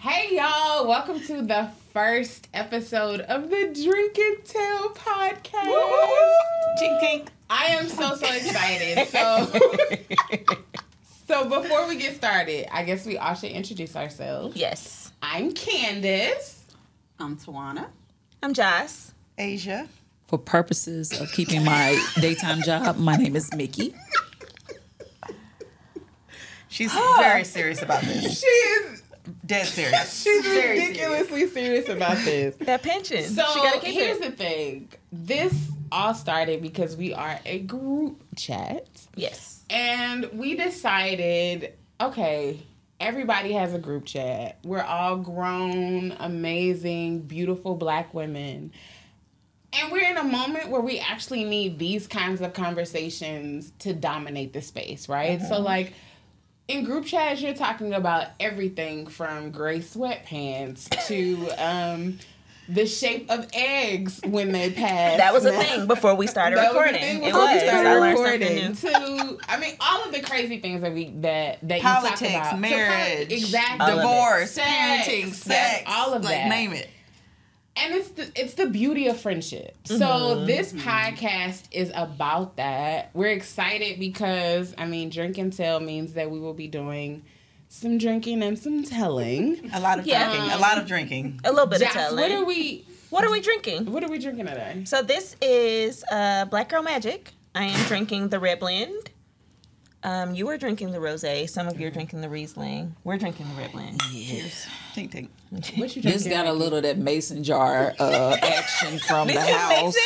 Hey y'all, welcome to the first episode of the Drink and Tell podcast. Tink tink. I am so so excited. So So before we get started, I guess we all should introduce ourselves. Yes. I'm Candace. I'm Tawana. I'm Joss. Asia. For purposes of keeping my daytime job, my name is Mickey. She's very serious about this. She is Dead serious. she's ridiculously serious about this. That pension. So she gotta keep here's it. the thing. This all started because we are a group chat. yes. And we decided, okay, everybody has a group chat. We're all grown, amazing, beautiful black women. And we're in a moment where we actually need these kinds of conversations to dominate the space, right? Mm-hmm. So, like, in group chats, you're talking about everything from gray sweatpants to um, the shape of eggs when they pass. That was a thing before we started That recording. Was the thing it before we was. started I learned recording. something To, I mean, all of the crazy things that we that that you Politics, talk about. marriage, exactly, All of it. Divorce, Sex, parenting, sex, sex, all of like, that. Name it. and it's the, it's the beauty of friendship. So Mm-hmm. this podcast is about that. We're excited because I mean, drink and tell means that we will be doing some drinking and some telling. A lot of Yeah. drinking. A lot of drinking. new. A little bit Josh, of telling. what are we? what are we drinking? What are we drinking today? So this is uh, Black Girl Magic. I am drinking the red blend. Um, you are drinking the rosé. Some of you are drinking the Riesling. We're drinking the red blend. Yes. Tink tink. What you This drinking? got a little of that mason jar uh, action from the house.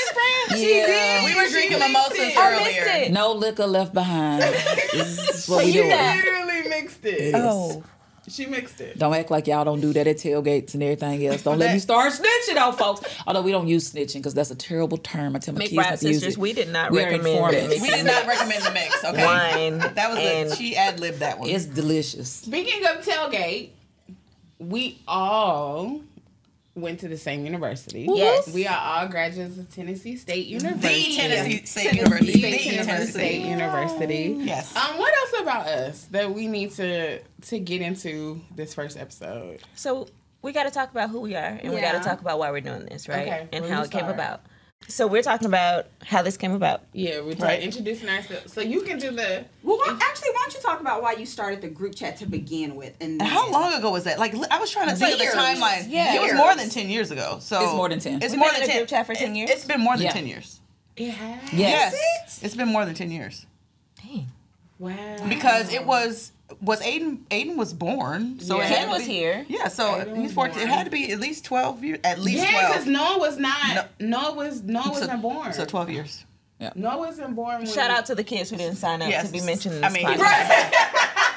Yeah. We were drinking mimosas I missed earlier. it. No liquor left behind. This is what we you doing. got- literally mixed it. Yes. Oh, She mixed it. Don't act like y'all don't do that at tailgates and everything else. Don't let me start snitching on folks. Although we don't use snitching because that's a terrible term. I tell my kids McBride not to use sisters. it. We did not We are recommend that informants. mix We did not recommend the mix. Okay. wine. That was and a she ad libbed that one. It's delicious. Speaking of tailgate, we all went to the same university. Yes. We are all graduates of Tennessee State University. the Tennessee State University. State Tennessee State University. Yes. Um, what else about us that we need to to get into this first episode? So we got to talk about who we are, and we got Yeah. to talk about why we're doing this, right? Okay, and where how you it came start? about. So we're talking about how this came about. Yeah, we're Right. introducing ourselves. So you can do the Well, why, actually, why don't you talk about why you started the group chat to begin with? And And then- how long ago was that? Like li- I was trying to think of the Years. timeline. Yeah. It was Years. more than ten years ago. So It's more than 10. It's We've more been than in a ten. group chat for 10 years? It's been more than Yeah. ten years. yeah. Yes. Yes. It's been more than ten years. Dang. Wow. because it was was Aiden Aiden was born, so Yeah. it had Ken to was be- here. Yeah, so Aiden was he's fourteen. born. It had to be at least twelve years. At least yeah, because twelve. Noah was not. Noah was Noah wasn't born. So twelve years. Noah wasn't born. When Shout out to the kids who didn't sign up Yes. to be mentioned in I this mean- podcast.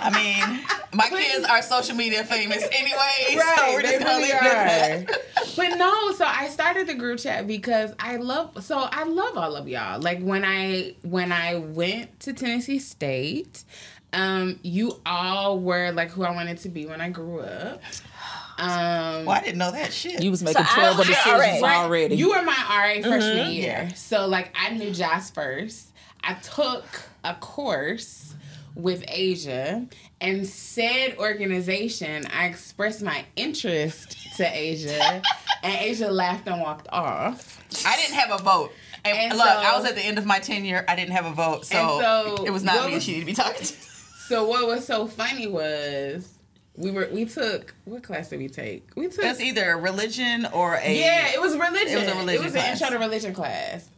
I mean, my kids are social media famous anyway, so we're they just gonna really leave it at are. but no, so I started the group chat because I love so I love all of y'all. Like when I when I went to Tennessee State, um, you all were like who I wanted to be when I grew up. Um Well, I didn't know that shit. You was making I- terrible I decisions already- already. You were my RA freshman year. Yeah. So like I knew Josh first. I took a course with Asia and said organization, I expressed my interest to Asia and Asia laughed and walked off. I didn't have a vote. And, And look, so- I was at the end of my tenure. I didn't have a vote, so, And so it was what not me was- she needed to be talking to. So what was so funny was we were we took what class did we take? We took That's either religion or a Yeah, it was religion. It was a religion It was class. an intro to religion class.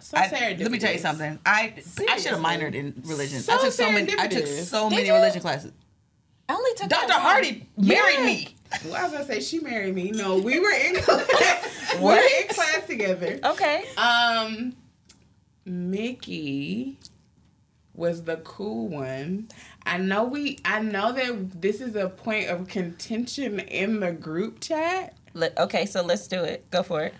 So I- serendipitous. let me tell you something. I I should Seriously. have minored in religion. So I took so many. I took serendipitous. so many you? religion classes. I only took that Dr. one. Hardy married Yeah. me. Well, I was gonna say she married me. No, we were in class. we were in class together. Oh. Okay. Um, Mickey was the cool one. I know we. I know that this is a point of contention in the group chat. Let- okay, so let's do it. Go for it.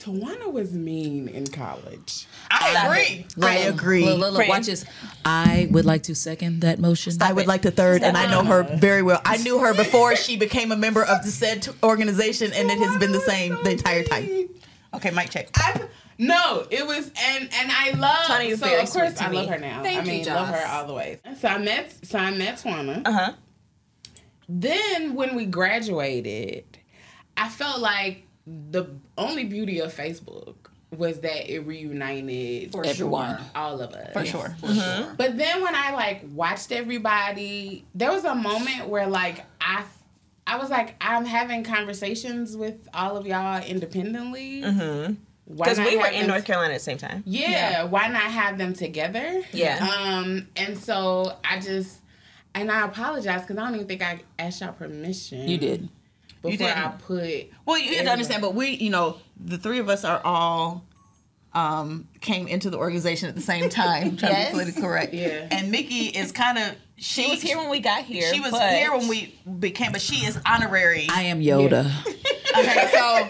Tawana was mean in college. I agree. I agree. Look, look, look, watch this. I would like to second that motion. I would like the third, and I know her very well. I knew her before she became a member of the said organization, and it has been the same the entire time. Okay, mic check. I no, it was and and I love Tanya is so very of course sweet to I love me. her now. Thank I you, mean love Joss. her all the way. So I met so I met Twana. Uh huh. Then when we graduated, I felt like the only beauty of Facebook was that it reunited For Everyone. sure. all of us. For sure. Mm-hmm. But then when I like watched everybody, there was a moment where like I I was like I'm having conversations with all of y'all independently. Why Because not we were have in them- North Carolina at the same time. Yeah, why not have them together? Yeah. Um and so I just and I apologize cuz I don't even think I asked y'all permission. You did. Before didn't. I put Well, you have to understand, but we, you know, the three of us are all um, came into the organization at the same time, trying to be Yes. politically correct. Yeah. And Mickey is kind of she, She was here when we got here. she was but- here when we became, but she is honorary. I am Yoda. Okay, so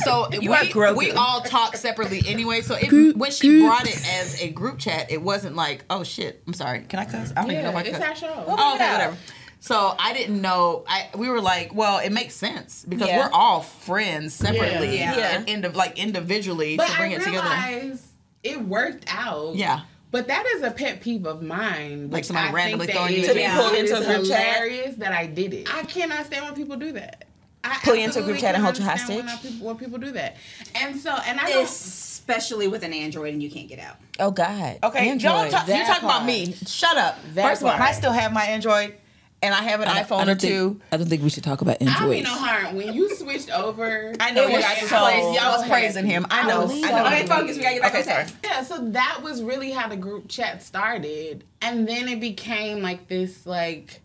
so are we, Grogu. we all talk separately anyway. So it, when she brought it as a group chat, it wasn't like, oh shit, I'm sorry, can I cuss? I don't even know if Yeah, I it's cuss. our show. Oh, okay, whatever. So I didn't know. I we were like, well, it makes sense because Yeah. we're all friends separately, Yeah. Yeah. and end of like individually But to bring I it together. realized it worked out. Yeah. But that is a pet peeve of mine. which somebody I randomly think throwing that you it To be is- pulled it into is a group chat? hilarious that I did it. I cannot stand when people do that. I Pull you into a group absolutely chat and hold cannot you understand when hostage? I peop- When people do that, and so and I don't. Especially with an Android and you can't get out. Oh God. Okay, Android. y'all talk, you're that talking about part. me. Shut up. That First of all, I part. still have my Android, and I have an I- I iPhone don't or think- two. I don't think we should talk about I don't mean androids. no harm. When you switched over, I know it y'all was was, so- praising, y'all was praising him. I know. I was know. so- Okay, focus. Oh, We gotta get back Okay, on task. Yeah, so that was really how the group chat started. And then it became like this like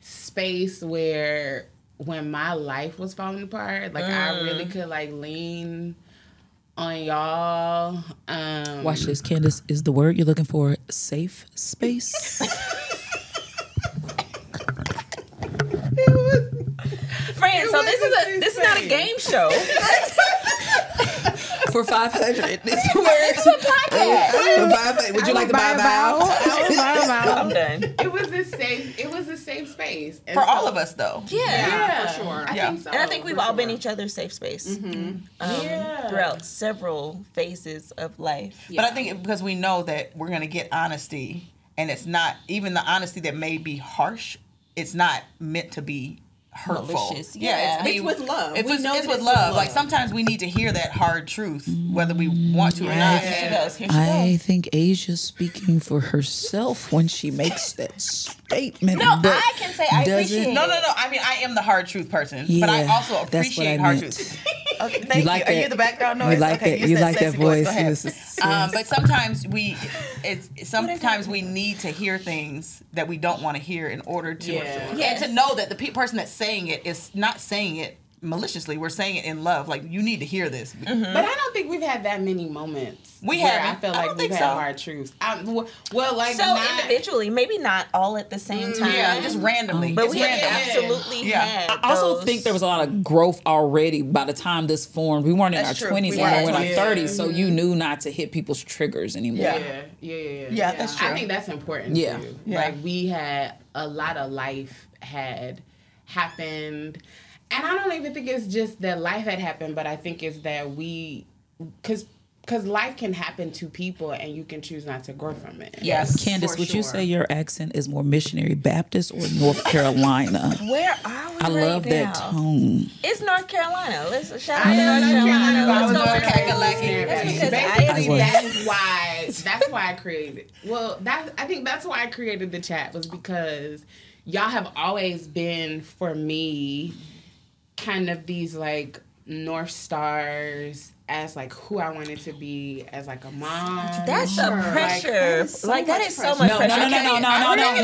space where when my life was falling apart, like Mm. I really could like lean on y'all. Um Watch this, Candace. Is the word you're looking for safe space? Friends, so was this the is a same this is not a thing. game show. for 500. It's the word. For 500. Would you like to buy a vowel? I'm done. It was a safe it was a safe space. And For so- all of us, though. Yeah. Yeah, for sure. I Yeah. think so. And I think we've for all been sure. each other's safe space um, Yeah. throughout several phases of life. But I think it- because we know that we're going to get honesty, and it's not even the honesty that may be harsh. It's not meant to be hurtful. Malicious, yeah. be- It's with love. If We it's, know it's that with it's love. with Like love. sometimes we need to hear that hard truth, whether we want to or not. Here she goes. Here she I goes. think Asia's speaking for herself when she makes that statement. No, but I can say I doesn't- appreciate No, no, no. I mean, I am the hard truth person, but I Yeah, also that's what I appreciate hard meant. truth. okay, thank you. like Are you that- the background you noise? like okay, that- you said like that sexy voice. voice. Go ahead. Yes, yes, Um, yes. but sometimes we, it's sometimes we need to hear things that we don't want to hear in order to, Yeah. and to know that the pe- person that's saying it is not saying it maliciously. We're saying it in love. Like you need to hear this. But I don't think we've had that many moments. We where I haven't. feel I like don't we've think had so. hard truths. I, well, like So not- individually, maybe not all at the same time. Yeah, just randomly. but It's we random. absolutely Yeah. had. I also those- think there was a lot of growth already by the time this formed. We weren't in That's our true. 20s We anymore. We weren't. were in Yeah. our 30s, so you knew not to hit people's triggers anymore. Yeah. Yeah. Yeah, yeah, yeah. Yeah, that's I true. think that's important. Yeah. Too. Yeah. Like we had a lot of life had happened. And I don't even think it's just that life had happened, but I think it's that we cuz cuz life can happen to people and you can choose not to grow from it. Yes, Candace, for would you sure. say your accent is more missionary Baptist or North Carolina? Where are we? I right love that now? tone. It's North Carolina. Let's shout out to know North North Carolina. Carolina. Let's I go was North Carolina. North Carolina. That's because I Basically, was. that's why that's why I created. Well, that I think that's why I created the chat was because y'all have always been for me kind of these like north stars as like who I wanted to be as like a mom. That's a that pressure. is so Like that much is so pressure. much No, no, pressure. no, no, don't no, no, no, no, no, think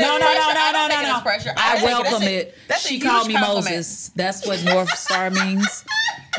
it is no, no, pressure. no, I no, don't think no, it is pressure. I take it. That's no. I welcome a- it. that's a She huge called me compliment. Moses. That's what North Star means.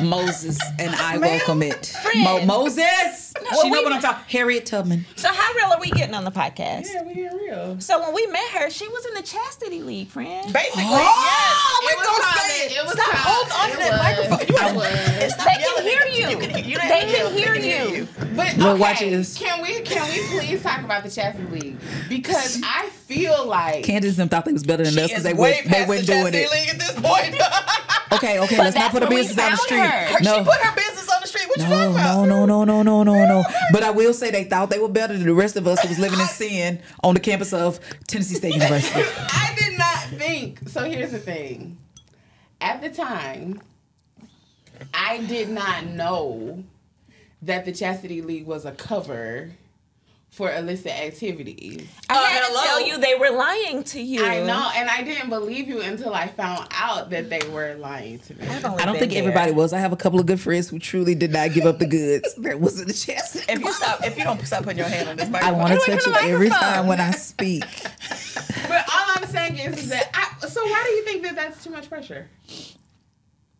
Moses and I welcome it. Mo- Friend. Moses. Well, she know we- what I'm talking. Harriet Tubman. So how real are we getting on the podcast? Yeah, we ain't real. So when we met her, she was in the chastity league, friend. Basically, Oh, yes, we was gonna common. say it. It was Stop common. holding on to It that was. microphone. You It wanna- was. Stop They can yelling at hear me. you. can- you They didn't can yell. They hear can hear you. you. But Well, okay, watch this. can we can we please talk about the Chastity League because I feel like Candace them thought they was better than us She because is they way went they past went the doing Chastity it. League at this point. Okay, okay, let's that's not put a where we business out the found street. her. She No. put her business on the street. What you talking No, about? no, no, no, no, no, no, no. But I will say they thought they were better than the rest of us who was living in sin on the campus of Tennessee State University. I did not think so. Here's the thing. At the time, I did not know that the Chastity League was a cover for illicit activities. I had hello. to tell you they were lying to you. I know, and I didn't believe you until I found out that they were lying to me. I've only I don't been think there. everybody was. I have a couple of good friends who truly did not give up the goods. That wasn't the chest. If you stop, if you don't stop putting your hand on this I microphone, want to Look at touch the it every microphone. time when I speak. But all I'm saying is that I. So why do you think that that's too much pressure?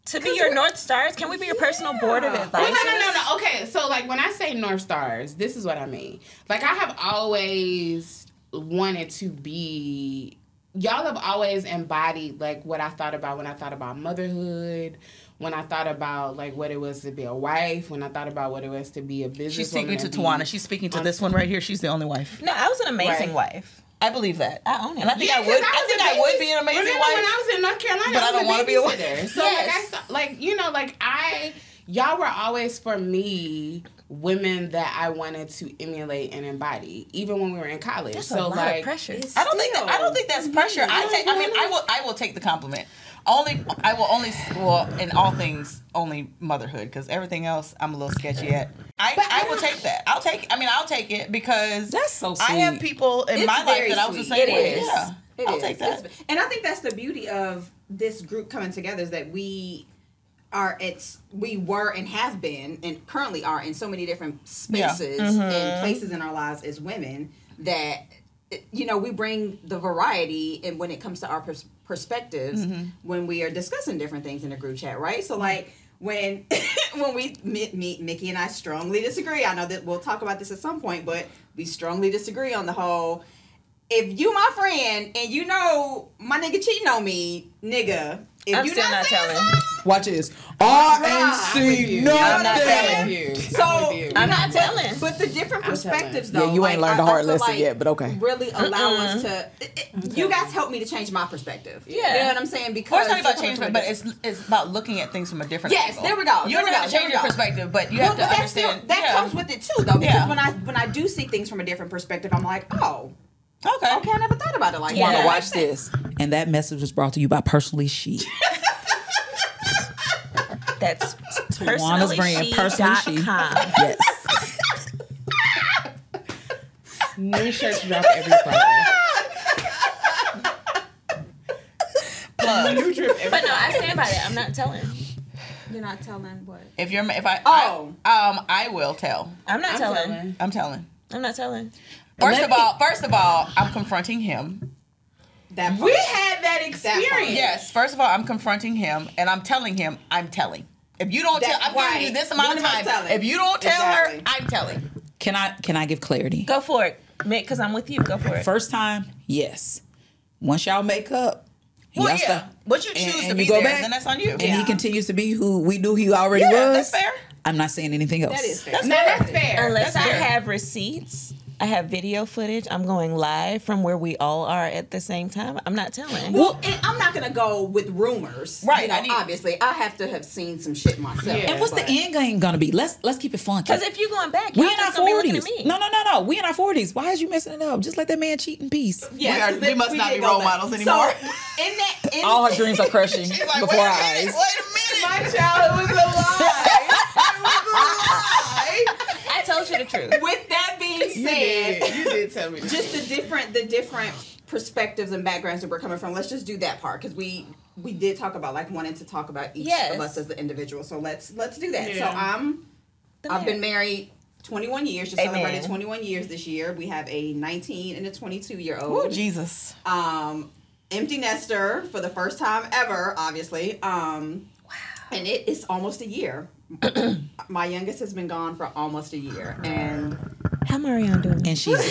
To be your North Stars, can we be your personal board of advisors? Well, no, no, no, no. Okay, so like when I say North Stars, this is what I mean. Like I have always wanted to be. Y'all have always embodied like what I thought about when I thought about motherhood, when I thought about like what it was to be a wife, when I thought about what it was to be a business. She's speaking to Tawana. She's speaking to this one right here. She's the only wife. No, I was an amazing wife. I believe that. I own it. And I think Yeah, I 'cause would. I, was think a I would baby- be an amazing Remember wife. when I was in North Carolina, But I I was don't want wanna to be a wife. So like, I, saw- like you know, like I, y'all were always for me women that I wanted to emulate and embody, even when we were in college. That's so a lot like, of pressure. I don't think that, I don't think that's pressure. I take. I mean, I will. I will take the compliment. Only I will only well in all things only motherhood because everything else I'm a little sketchy at. I, I will take that. I'll take. I mean, I'll take it because That's so I have sweet. people in It's my life very that I was the sweet. same It way. is. Yeah, It I'll is. take that. It's- and I think that's the beauty of this group coming together is that we are it's we were and have been and currently are in so many different Yeah. spaces and places in our lives as women that you know we bring the variety and when it comes to our pers- perspectives Mm-hmm. when we are discussing different things in a group chat right so like when when we meet, meet mickey and i strongly disagree i know that we'll talk about this at some point but we strongly disagree on the whole if you my friend and you know my nigga cheating on me, nigga, if I'm you still not saying telling. something, Watch this. I Bruh, ain't seen nothing. Thank you. So with you. I'm not telling. But the different telling. perspectives, Yeah, though, you like, ain't learned I- the I hard feel lesson like yet, but okay. Really allow us to. it- it- you guys helped me to change my perspective. Yeah. you know what I'm saying. Or Because it's not about you're change, coming but, from a but it's it's about looking at things from a different. Yes, angle. there we go, You don't there we have to go, there change we your go. perspective, but you Well, have to but that's still, understand that yeah. comes with it too, though. Because Yeah. when I when I do see things from a different perspective, I'm like, oh, Okay. okay, I never thought about it like Yeah. that. Now watch this. And that message was brought to you by Personally She. That's Tawana's brand, personally she. personallyshe.com. Yes. New shirts drop every Friday. New drip every. But no, I stand by that. I'm not telling. You're not telling what. If you're if I Oh. I, um I will tell. I'm not telling. telling. I'm telling. I'm not telling. First Let of me- all, first of all, I'm confronting him. That We part. had that experience. Yes. First of all, I'm confronting him, and I'm telling him I'm telling. If you don't tell, That's I'm right. giving you this amount of When am I time. telling? If you don't tell Exactly. her, I'm telling. Can I can I give clarity? Go for it, Mick, because I'm with you. Go for it. First time, yes. Once y'all make up, Well, y'all yeah. stop. What you choose and to you be go there, back, then that's on you. and he continues to be who we knew he already Yeah, that's was. fair. I'm not saying anything else. That is fair. No, that's fair. Unless I That's fair. have receipts, I have video footage. I'm going live from where we all are at the same time. I'm not telling. Well, and I'm not gonna go with rumors, Right, You I know, need- obviously, I have to have seen some shit myself. Yeah. And what's the but- end game gonna be? Let's let's keep it funky. Because if you're going back, you're we in our just gonna be looking at forties. me. No, no, no, no. We in our forties. Why is you messing it up? Just let that man cheat in peace. Yes, We are- we must not did be go role back. models So, anymore. in that, in All her dreams are crushing Like, before wait our a minute, Wait eyes. a minute. My childhood was a lie. I told you the truth. with that being You said, did. You did tell me. the just the different, the different perspectives and backgrounds that we're coming from. Let's just do that part because we we did talk about like wanting to talk about each Yes. of us as the individual. So let's let's do that. So Yeah. I'm I've been married. 21 years, just Amen. celebrated 21 years this year. We have a 19 and a 22 year Oh old. Jesus. um, empty nester for the first time ever, obviously. Um, And it is almost a year. My youngest has been gone for almost a year, and How Marion doing? And she's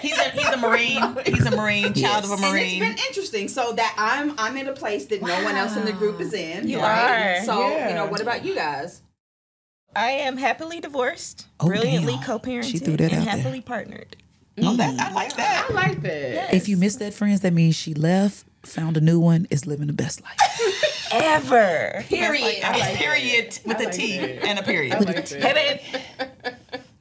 He's a he's a marine. He's a marine. Child of a and it's marine. been interesting. So that I'm I'm in a place that no one else in the group is in. You right? are. So you Yeah. know, what about you guys? I am happily divorced, Oh, brilliantly damn. co-parented, She threw that and out there. happily partnered. oh, that's I like that. I like that. if you miss that friends, that means she left, found a new one, is living the best life. ever. Period. period with a T and a period. Hey, babe.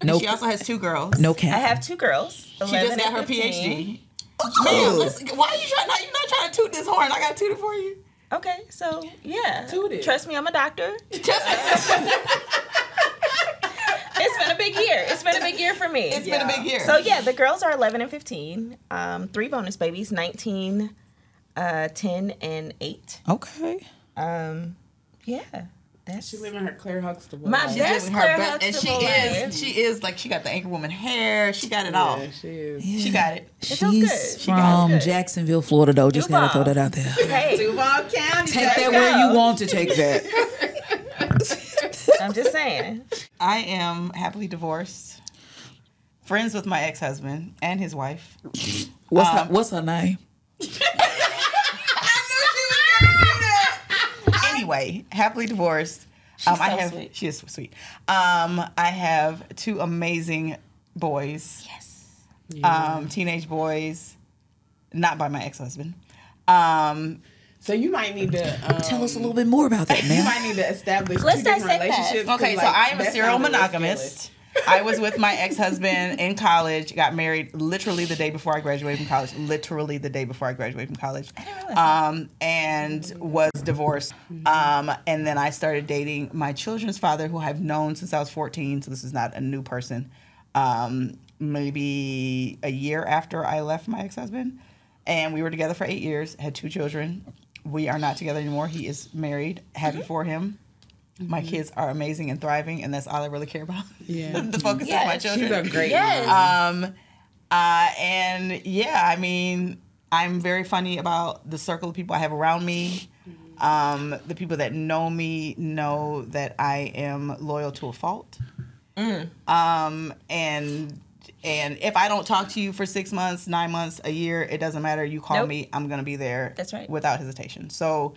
No, She also has two girls. no I cap. have two girls. She just 11 got and her 15. PhD. Listen, Why are you trying? Now you not trying to toot this horn. I got to toot it for you. Okay, so yeah. Toot it. Trust me, I'm a doctor. Just, It's been a big year. It's been a big year for me. it's been a big year. So yeah, the girls are 11 and 15. Um, three bonus babies, 19, uh, 10, and 8. Okay. Um, yeah. That's She living her Claire Huxtable. My life. dad- That's Living her Claire best, and she Huxtable life. is. She is like she got the anchor woman hair. She got it all. Yeah, she is. She got it. feels good. She's She from good. Jacksonville, Florida, though. Just gotta throw Duval. that out there. Hey, Duval County. Take that you where go. you want to take that. I'm just saying. I am happily divorced, friends with my ex husband and his wife. What's her, what's her name? Um, Anyway, happily divorced. She's um, I so have, sweet. She is so sweet. Um, I have two amazing boys. Yes. Um, teenage boys, not by my ex husband. Um, So you might need to um, Tell us a little bit more about that, You man. might need to establish Let's two different dissect that. relationships. 'cause, Okay, so like, I am a that serial sounded monogamist. I was with my ex husband in college, got married literally the day before I graduated from college, literally the day before I graduated from college, um, and was divorced. Um, and then I started dating my children's father, who I've known since I was 14, so this is not a new person, um, maybe a year after I left my ex husband. And we were together for eight years, had two children. We are not together anymore. He is married, Mm-hmm. happy for him. My kids are amazing and thriving, and that's all I really care about. Yeah. the focus is my Yes. She's a children. great. Yes. Um, uh, and yeah, I mean, I'm very funny about the circle of people I have around me. Mm-hmm. Um, the people that know me know that I am loyal to a fault. Mm. Um, and and if I don't talk to you for six months, nine months, a year, it doesn't matter. You call Nope. me, I'm gonna be there. That's right. Mm-hmm. Without hesitation. So,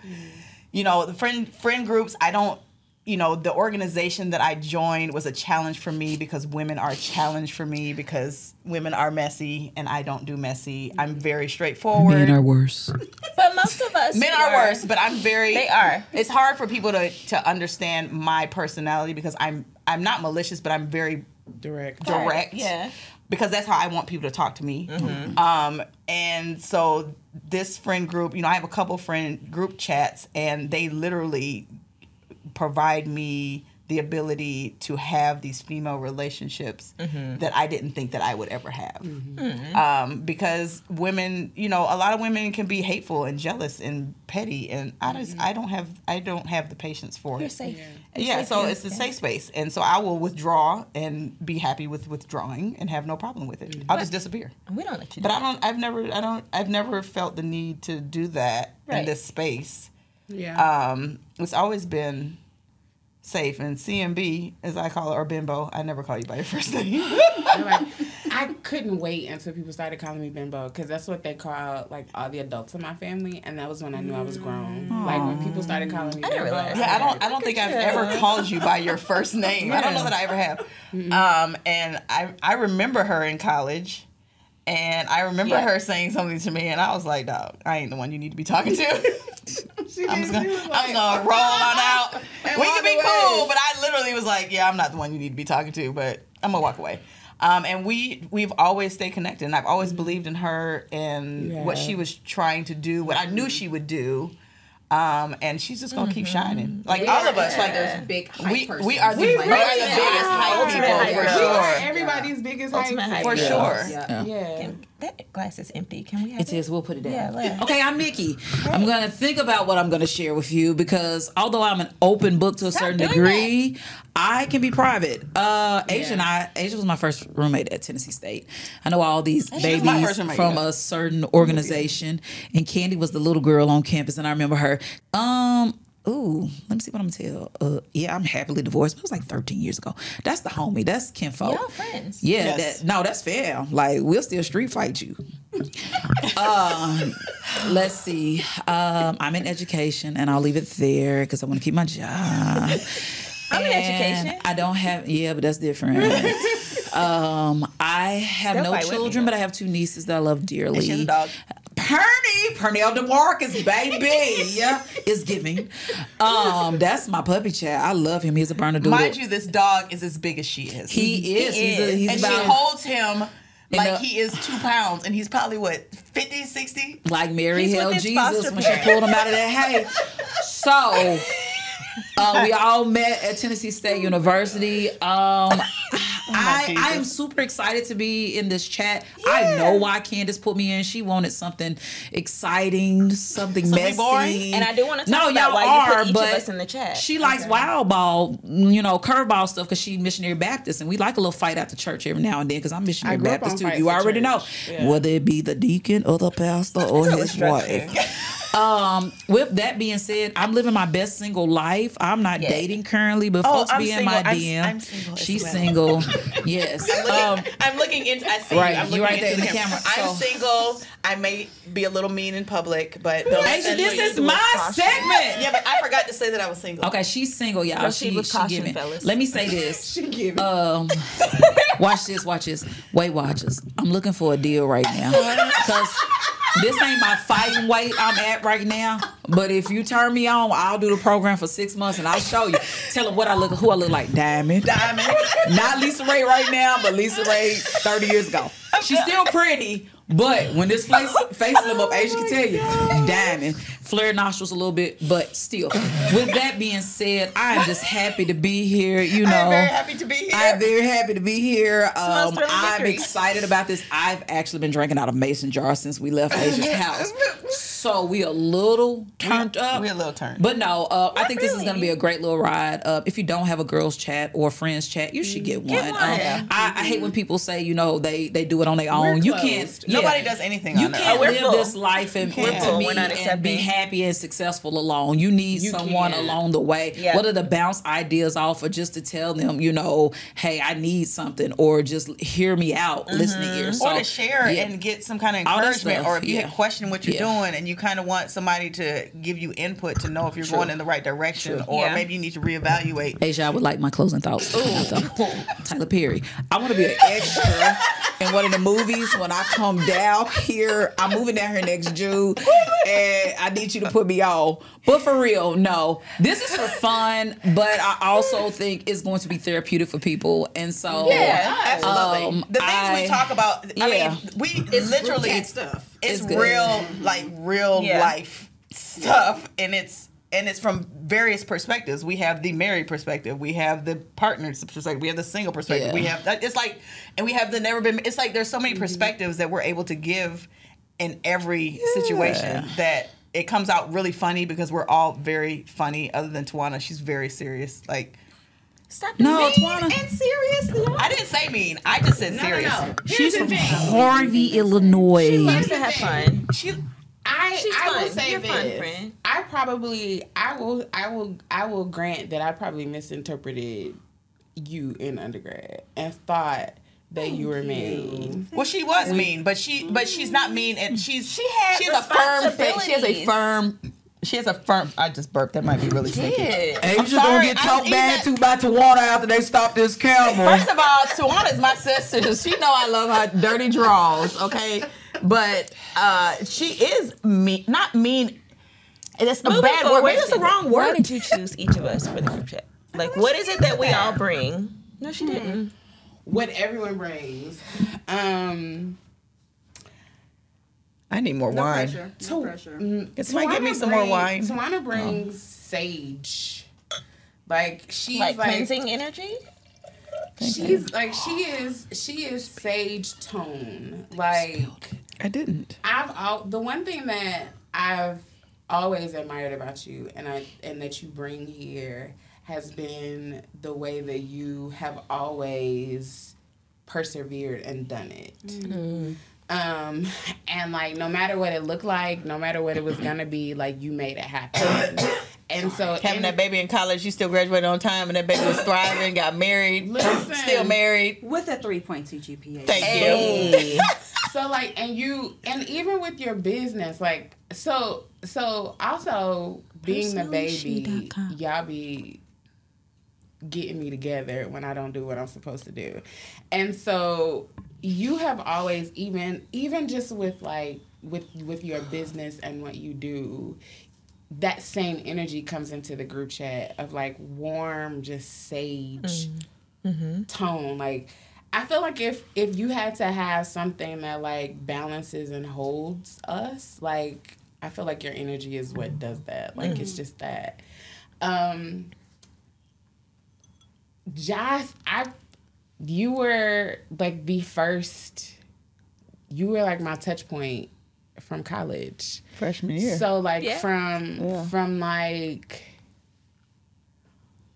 you know, the friend friend groups, I don't. You know, the organization that I joined was a challenge for me because women are a challenge for me because women are messy and I don't do messy. I'm very straightforward. Men are worse. But most of us Men are worse, but I'm very. They are. It's hard for people to to understand my personality because I'm I'm not malicious, but I'm very Direct. direct. Yeah. Because that's how I want people to talk to me. Um, and so this friend group, you know, I have a couple friend group chats, and they literally provide me the ability to have these female relationships that I didn't think that I would ever have. Um, because women, you know, a lot of women can be hateful and jealous and petty, and I just I don't have I don't have the patience for it. You're safe. Yeah, so it's a safe space, and so I will withdraw and be happy with withdrawing and have no problem with it. I'll just disappear. We don't let you. But I don't. I've never. I don't. I've never felt the need to do that in Right. this space. Yeah. Um, it's always been safe, and CMB, as I call it, or Bimbo. I never call you by your first name. They're like, I couldn't wait until people started calling me bimbo because that's what they call like all the adults in my family, and that was when I knew I was grown. Like when people started calling me, I didn't realize Yeah, I don't. I don't think I've ever called you by your first name. I don't know that I ever have. Um, and I I remember her in college, and I remember Yeah. her saying something to me, and I was like, "Dog, I ain't the one you need to be talking to." I'm just gonna, I'm gonna roll on out. We walk can be away. cool, but I literally was like, "Yeah, I'm not the one you need to be talking to," but I'm gonna walk away. Um, and we we've always stayed connected, and I've always believed in her and what Mm-hmm. Yeah. she was trying to do, what I knew she would do. Um, and she's just gonna keep Mm-hmm. shining, like all of us. Like those big hype we persons. we are the, we really are the are. biggest hype Ultimate hype people for girls. We are sure. everybody's biggest Ultimate hype. hype For girls. sure. Yeah. Yeah. That glass is empty. Can we have It is. We'll put it down. Yeah, laugh. okay, I'm Nikki. I'm gonna think about what I'm gonna share with you because although I'm an open book to a certain doing degree, I can be private. Uh, Asia and I, Asia was my first roommate at Tennessee State. I know all these was my babies first roommate, from yeah. a certain organization, and Candy was the little girl on campus, and I remember her. Um. Ooh, let me see what I'm gonna tell. Uh, yeah, I'm happily divorced. But it was like 13 years ago. That's the homie. That's kinfolk. Y'all friends. Yeah, Yes. that, no, that's fair. Like we'll still street fight you. um, let's see. Um, I'm in education, and I'll leave it there because I want to keep my job. I'm in And education. I don't have. Yeah, but that's different. um, I have They'll no fight with me, children, though. but I have two nieces that I love dearly. She has a dog. Pernie, Pernell DeMarcus, baby, yeah, is giving. Um, that's my puppy chat. I love him. He's a Bernadotte. Mind you, this dog is as big as she is. he is. He's, a, is. he's and about she holds him the- Like he is two pounds and he's probably what 50, 60? like Mary He's with held his Jesus foster when she parents. pulled him out of that hay. So uh, we all met at Tennessee Oh State University. Um, I, I am super excited to be in this chat. I know why Candace put me in. She wanted something exciting, something, messy. boring? And I do wanna talk no, about y'all why you are, put each of but us in the chat. She likes wild ball, you know, curveball stuff because she missionary Baptist, and we like a little fight after church every now and then because I'm missionary grew up Baptist on too. fights You at already church. know whether it be the deacon or the pastor or his wife. Um, with that being said, I'm living my best single life. I'm not dating currently, but Oh, folks I'm be in single. my I'm- DM. I'm single as She's well. single. yes. Um, I'm looking into. I see. Right, I'm you looking right there into in the camera, I'm so- single. I may be a little mean in public, but don't let Asia, that this lead is you. my segment. Yeah, but I forgot to say that I was single. Okay, she's single, y'all. Proceed she with she caution, giving. fellas. Let me say this. She give it. Um, watch this, watch this. Weight Watchers. I'm looking for a deal right now because this ain't my fighting weight I'm at right now. But if you turn me on, I'll do the program for six months and I'll show you. Tell them what I look, who I look like, Diamond. Diamond. Not Lisa Ray right now, but Lisa Ray 30 years ago. She's still pretty. But when this face face lift up, Asia can tell you, diamond, flared nostrils a little bit, but still. With that being said, I am just happy to be here. You know, I'm very happy to be here. I'm very happy to be here. Um, thrilling I'm victory. excited about this. I've actually been drinking out of mason jar since we left Asia's house, so we a little turned up. we a little turned. but no, uh, I think this is going to be a great little ride. Uh, if you don't have a girls' chat or friends' chat, you should get one. Um, one. I, I hate when people say you know they they do it on their own. You can't. closed. yeah. Nobody does Oh, anything. You on their can't own. we're live full. this life and, We're and to full. me We're not and be accepting. happy and successful alone. You need someone can't. along the way. Yeah. Whether to bounce ideas off or just to tell them, you know, hey, I need something, or just hear me out, listen to ears. Mm-hmm. or to share yeah. and get some kind of All that encouragement, stuff, or if you yeah. question what you're Yeah. doing and you kind of want somebody to give you input to know if you're going in the right direction, or Yeah. maybe you need to reevaluate. Asia, I would like my closing thoughts. Tyler Perry. I want to be an extra in one of the movies when I come down here. I'm moving down here next June, and I need you to put me on. But for real, no. This is for fun, but I also think it's going to be therapeutic for people. And so, Yeah, absolutely. Um, the things I- we talk about, I yeah. mean, we literally That stuff. it's, It's good. real like real Yeah. life stuff and it's and it's from various perspectives we have the married perspective we have the partners perspective we have the single perspective we Yeah. Mm-hmm. have that it's like and we have the never been it's like there's so many perspectives that we're able to give in every situation that it comes out really funny because we're all very funny other than Tawana she's very serious like Stop no, being mean. Twana. I didn't say mean I just said serious Here's the thing. Harvey, Illinois. She loves to have fun. she I She's I will fun. say You're this. fun, friend. I probably I will I will I will grant that I probably misinterpreted you in undergrad and thought that you were mean. Well, she was mean, but she but she's not mean, and she's she has she has a firm fa- she has a responsibilities. firm she has a firm. I just burped. That might be really stinky. Yeah. Asia sorry, I was eating by Tawana after they stop this camera. First of all, Tawana is my sister. so She know I love her dirty draws. Okay, but uh she is mean, not mean. and It's a Moving bad word. forward, Maybe it's the wrong Why word. did you choose each of us for the group chat? Like, what is it that we all bring? No, she didn't. What everyone brings. Um I need more No wine. pressure. No To- pressure. Can somebody give me some more wine? Tawana brings sage. Like she's Like, like, cleansing energy. she's like she is she is sage tone. Like I didn't. I've all the one thing that I've always admired about you and I and that you bring here has been the way that you have always persevered and done it. Um, and like no matter what it looked like, no matter what it was gonna be, like you made it happen. and so Having and- that baby in college, you still graduated on time, and that baby was thriving. Got married, Listen. still married. With a 3.2 GPA. Thank you. so like and you and even with your business like so so also being the baby y'all be getting me together when i don't do what i'm supposed to do and so you have always even even just with like with with your business and what you do that same energy comes into the group chat of like warm just sage tone like I feel like if if you had to have something that like balances and holds us, like I feel like your energy is what does that. Like Mm. it's just that. Um Josh, I you were like the first you were like my touch point from college. Freshman year. So like Yeah. from Yeah. from like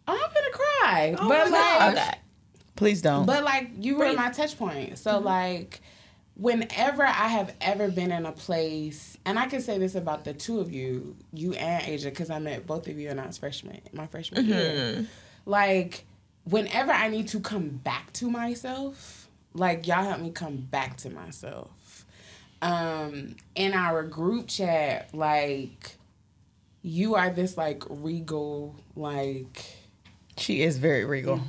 oh, I'm gonna cry. but All like that. Please don't. but like you Mm-hmm. were my touch point. So like whenever I have ever been in a place and I can say this about the two of you, you and Asia, because I met both of you and I was freshman my freshman year. Like whenever I need to come back to myself, like y'all help me come back to myself. Um in our group chat, like you are this like regal like Mm-hmm. she is very regal.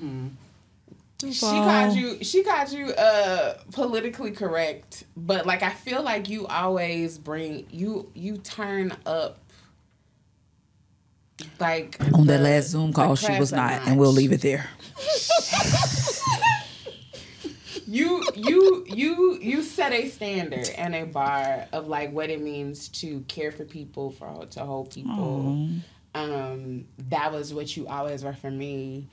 she called you she called you uh politically correct but like i feel like you always bring you you turn up like On the- that last Zoom the call, she was class I not, and we'll notched. leave it there. you you you you set a standard and a bar of like what it means to care for people for to hold people Mm-hmm. um that was what you always were for me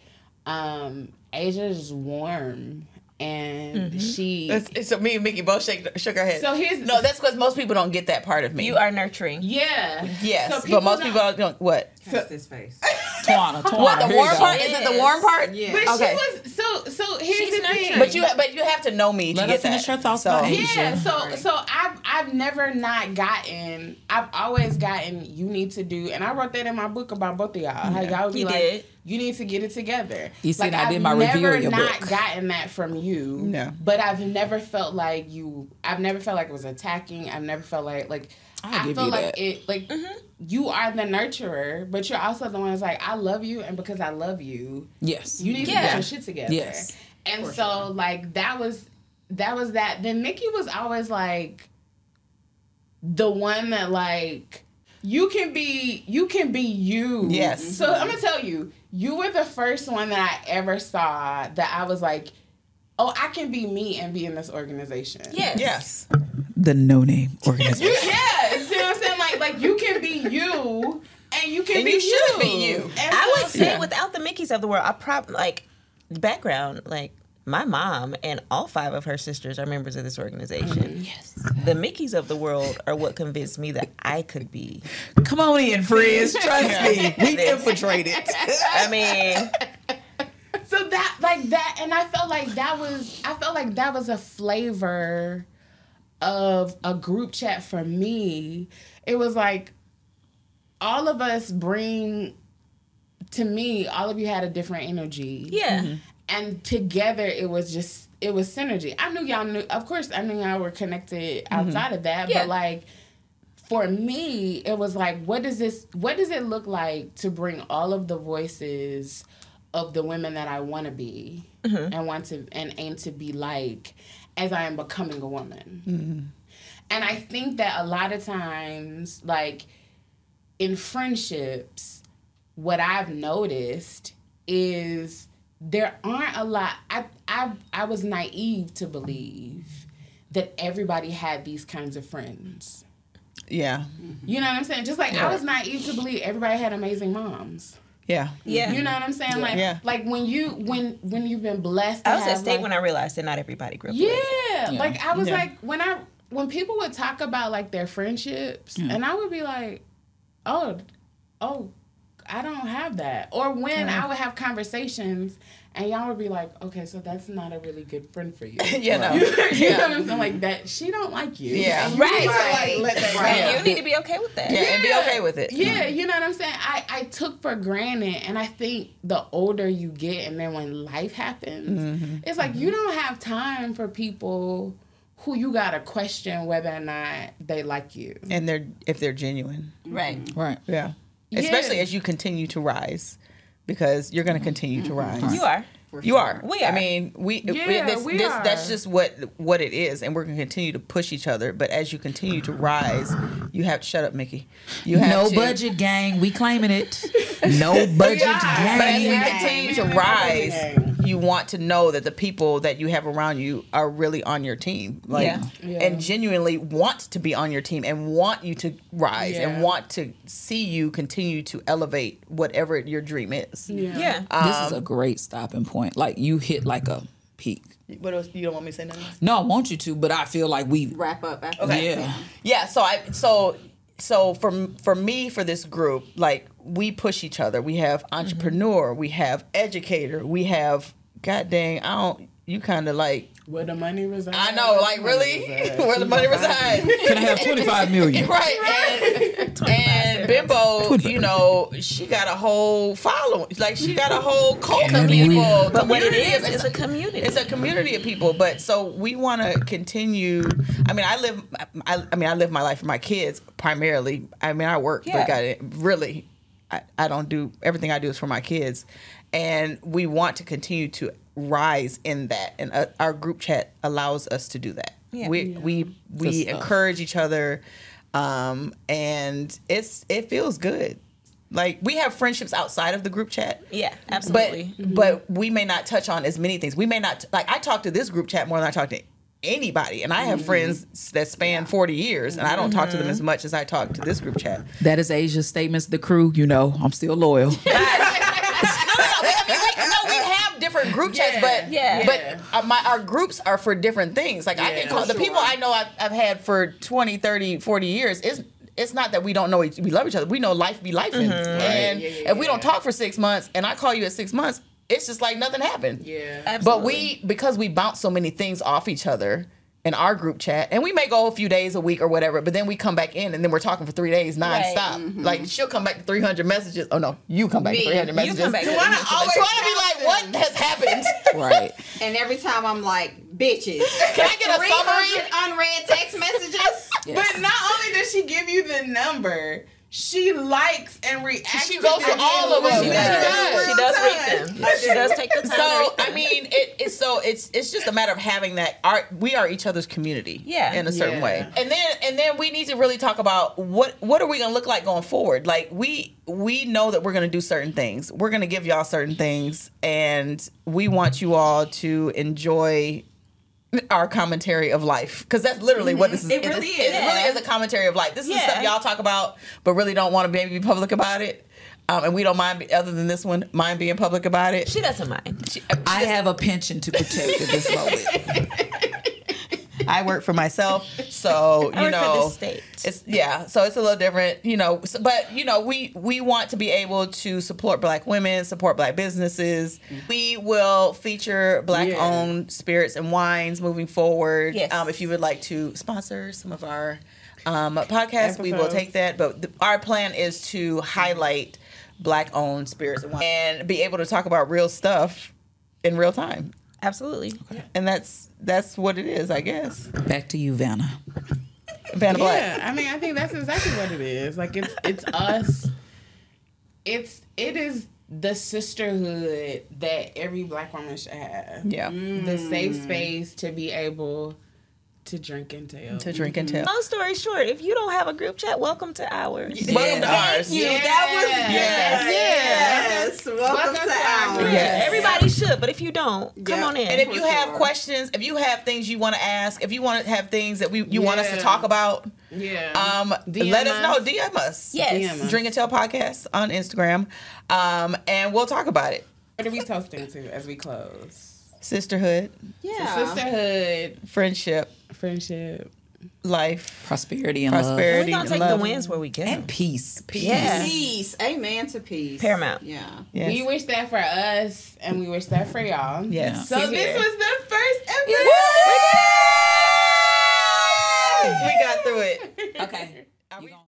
um asia's warm and Mm-hmm. she It's, it's, so me and Mickey both shake, shook our heads. So here's- no. That's because most people don't get that part of me. You are nurturing. yeah yes, So but most don't- people don't, don't. What? That's his face. Twana, Twana. What the here you warm go. part? Is it the warm part? Yeah. But Okay. she was so so here's She's the thing. nurturing. But you, but you have to know me to Let her get finish that. her thoughts So- about Asia. yeah, so so I've I've never not gotten I've always gotten you need to do and I wrote that in my book about both of y'all. How y'all would be You like did. you need to get it together. You see, like, and I I've did my never review of your not book. gotten that from you. No. But I've never felt like you I've never felt like it was attacking. I've never felt like like I'll I give feel you like that. it like Mm-hmm. you are the nurturer, but you're also the one that's like, I love you and because I love you, Yes. you need to Yeah. get your shit together. Yes. And so like that was that was that. Then Nikki was always like the one that like you can be you can be you. Yes. So I'm gonna tell you, you were the first one that I ever saw that I was like, oh, I can be me and be in this organization. Yes. Yes. The no name organization. You, yeah. See what I'm saying? Like like you can be you and you can And be you should be you. And I so- would say without the Mickeys of the world, I probably like background like my mom and all five of her sisters are members of this organization. Mm-hmm. Yes. The Mickeys of the world are what convinced me that I could be. Come on in, friends. Trust me. We Infiltrated. I mean, so that like that and i felt like that was i felt like that was a flavor of a group chat for me it was like all of us bring to me all of you had a different energy yeah. and together it was just it was synergy i knew y'all knew of course i knew y'all were connected outside of that Yeah. but like for me it was like what does this what does it look like to bring all of the voices of the women that i want to be and want to and aim to be like as i am becoming a woman and i think that a lot of times like in friendships what I've noticed is there aren't a lot. I I I was naive to believe that everybody had these kinds of friends. Yeah. You know what I'm saying? Just like I was naive to believe everybody had amazing moms. Yeah. Yeah. You know what I'm saying? Like Yeah. like when you when when you've been blessed. to I was at have, state like- when I realized that not everybody grew up. yeah, related. like I was Yeah. like when I when people would talk about like their friendships, and I would be like, oh, oh, I don't have that. Or when I would have conversations, and y'all would be like, okay, so that's not a really good friend for you. Yeah. No. you know what I'm saying? Like that, she don't like you. Yeah. And you Right. need to, like, Right. let that Right. go. And you need to be okay with that. Yeah, and be okay with it. Yeah, you know what I'm saying? I, I took for granted, and I think the older you get, and then when life happens, it's like you don't have time for people who you got to question whether or not they like you. And they're if they're genuine. Mm-hmm. Right. Right. Yeah. Especially as you continue to rise, because you're going to continue to rise. You are. You are. We I are. mean, we. we- Yeah, this, we this, are. That's just what what it is, and we're going to continue to push each other. But as you continue to rise, you have shut up, Mickey. You have No to- budget gang. We claiming it. No budget are. But as we gang. Yeah. continue to Yeah. rise, you want to know that the people that you have around you are really on your team, like, Yeah. and genuinely want to be on your team and want you to rise Yeah. and want to see you continue to elevate whatever your dream is. Yeah. this is a great stopping point. Like you hit like a peak. What else? You don't want me to say nothing? No, I want you to, but I feel like we. Wrap up after Yeah. Yeah. So I so so for for me for this group, like we push each other. We have entrepreneur. We have educator. We have god dang. I don't. You kind of like Where the money resides. I know, like really, where the money resides, Can I have twenty five million? right? And, and Bimbo, you know, she got a whole following. Like she got a whole cult of people. But what it community is of- is a community. it's a community of people but so we want to continue i mean i live I, I mean i live my life for my kids primarily i mean i work Yeah. but God, really I, I don't do everything i do is for my kids and we want to continue to rise in that and uh, our group chat allows us to do that Yeah. we we we stuff. encourage each other um and it's it feels good like we have friendships outside of the group chat yeah, but absolutely. but we may not touch on as many things. We may not like I talk to this group chat more than I talk to anybody, and I have friends that span forty years, and I don't talk to them as much as I talk to this group chat. That is Asia's statements. The crew, you know, I'm still loyal. I mean, like, no, we have different group chats, but Yeah. but uh, my our groups are for different things. Like I can call the people I know I've, I've had for 20, 30, 40 years. It's it's not that we don't know each, we love each other. We know life be life, and if we don't talk for six months, and I call you at six months, it's just like nothing happened. Yeah. But we because we bounce so many things off each other in our group chat, and we may go a few days a week or whatever, but then we come back in and then we're talking for three days nonstop. Like she'll come back to three hundred messages. Oh no, you come back to three hundred messages. back to Tawana 300 always trying to be like, what has happened? right. And every time I'm like, bitches. Can I get a summary? 300 unread text messages. But not only does she give you the number, she likes and reacts. She goes to all of them. She Yeah. she does read them. She does take the time. to read So them. I mean, it, it's so it's it's just a matter of having that. Our we are each other's community, Yeah. in a certain Yeah. way. And then and then we need to really talk about what what are we gonna look like going forward. Like we we know that we're gonna do certain things. We're gonna give y'all certain things, and we want you all to enjoy our commentary of life because that's literally what this is. It really is. is. It really is a commentary of life. This is the stuff Yeah. y'all talk about, but really don't want to maybe be public about it. Um, and we don't mind, be- other than this one, mind being public about it. she doesn't mind. I have a pension to protect at this moment. I work for myself, so you I work know, for the state. it's yeah. So it's a little different, you know. So, but you know, we we want to be able to support Black women, support Black businesses. Mm-hmm. We will feature Black-owned spirits and wines moving forward. Yes. Um, if you would like to sponsor some of our um, podcasts, we will take that. But the, our plan is to highlight Black-owned spirits and wine and be able to talk about real stuff in real time. Absolutely. And that's that's what it is, I guess. Back to you, Vanna. Vanna Black. Yeah, I mean, I think that's exactly what it is. Like it's it's us. It's it is the sisterhood that every black woman should have. Yeah. The Hmm. safe space to be able to drink and tell. To drink and tell. Long story short, if you don't have a group chat, welcome to ours. Welcome to ours. You, that was Yes. yes. Welcome, Welcome to to our our group. Yes. Everybody should, but if you don't, come Yeah. on in. And if you For have sure. questions, if you have things you want to ask, if you want to have things that we you want us to Yeah. talk about, Yeah. um, DM let us know. us. DM us. yes. DM us. Drink and Tell Podcast on Instagram. Um, and we'll talk about it. what are we toasting to as we close? Sisterhood, Yeah. Sisterhood, friendship, friendship. life, Prosperity and We're prosperity, gonna take love. the wins where we get love. them. and peace. Peace. Yeah. Peace. Amen to peace. Paramount. Yeah. Yes. We wish that for us, and we wish that for y'all. Yes. So this was the first episode. We got through it. Okay. You gonna-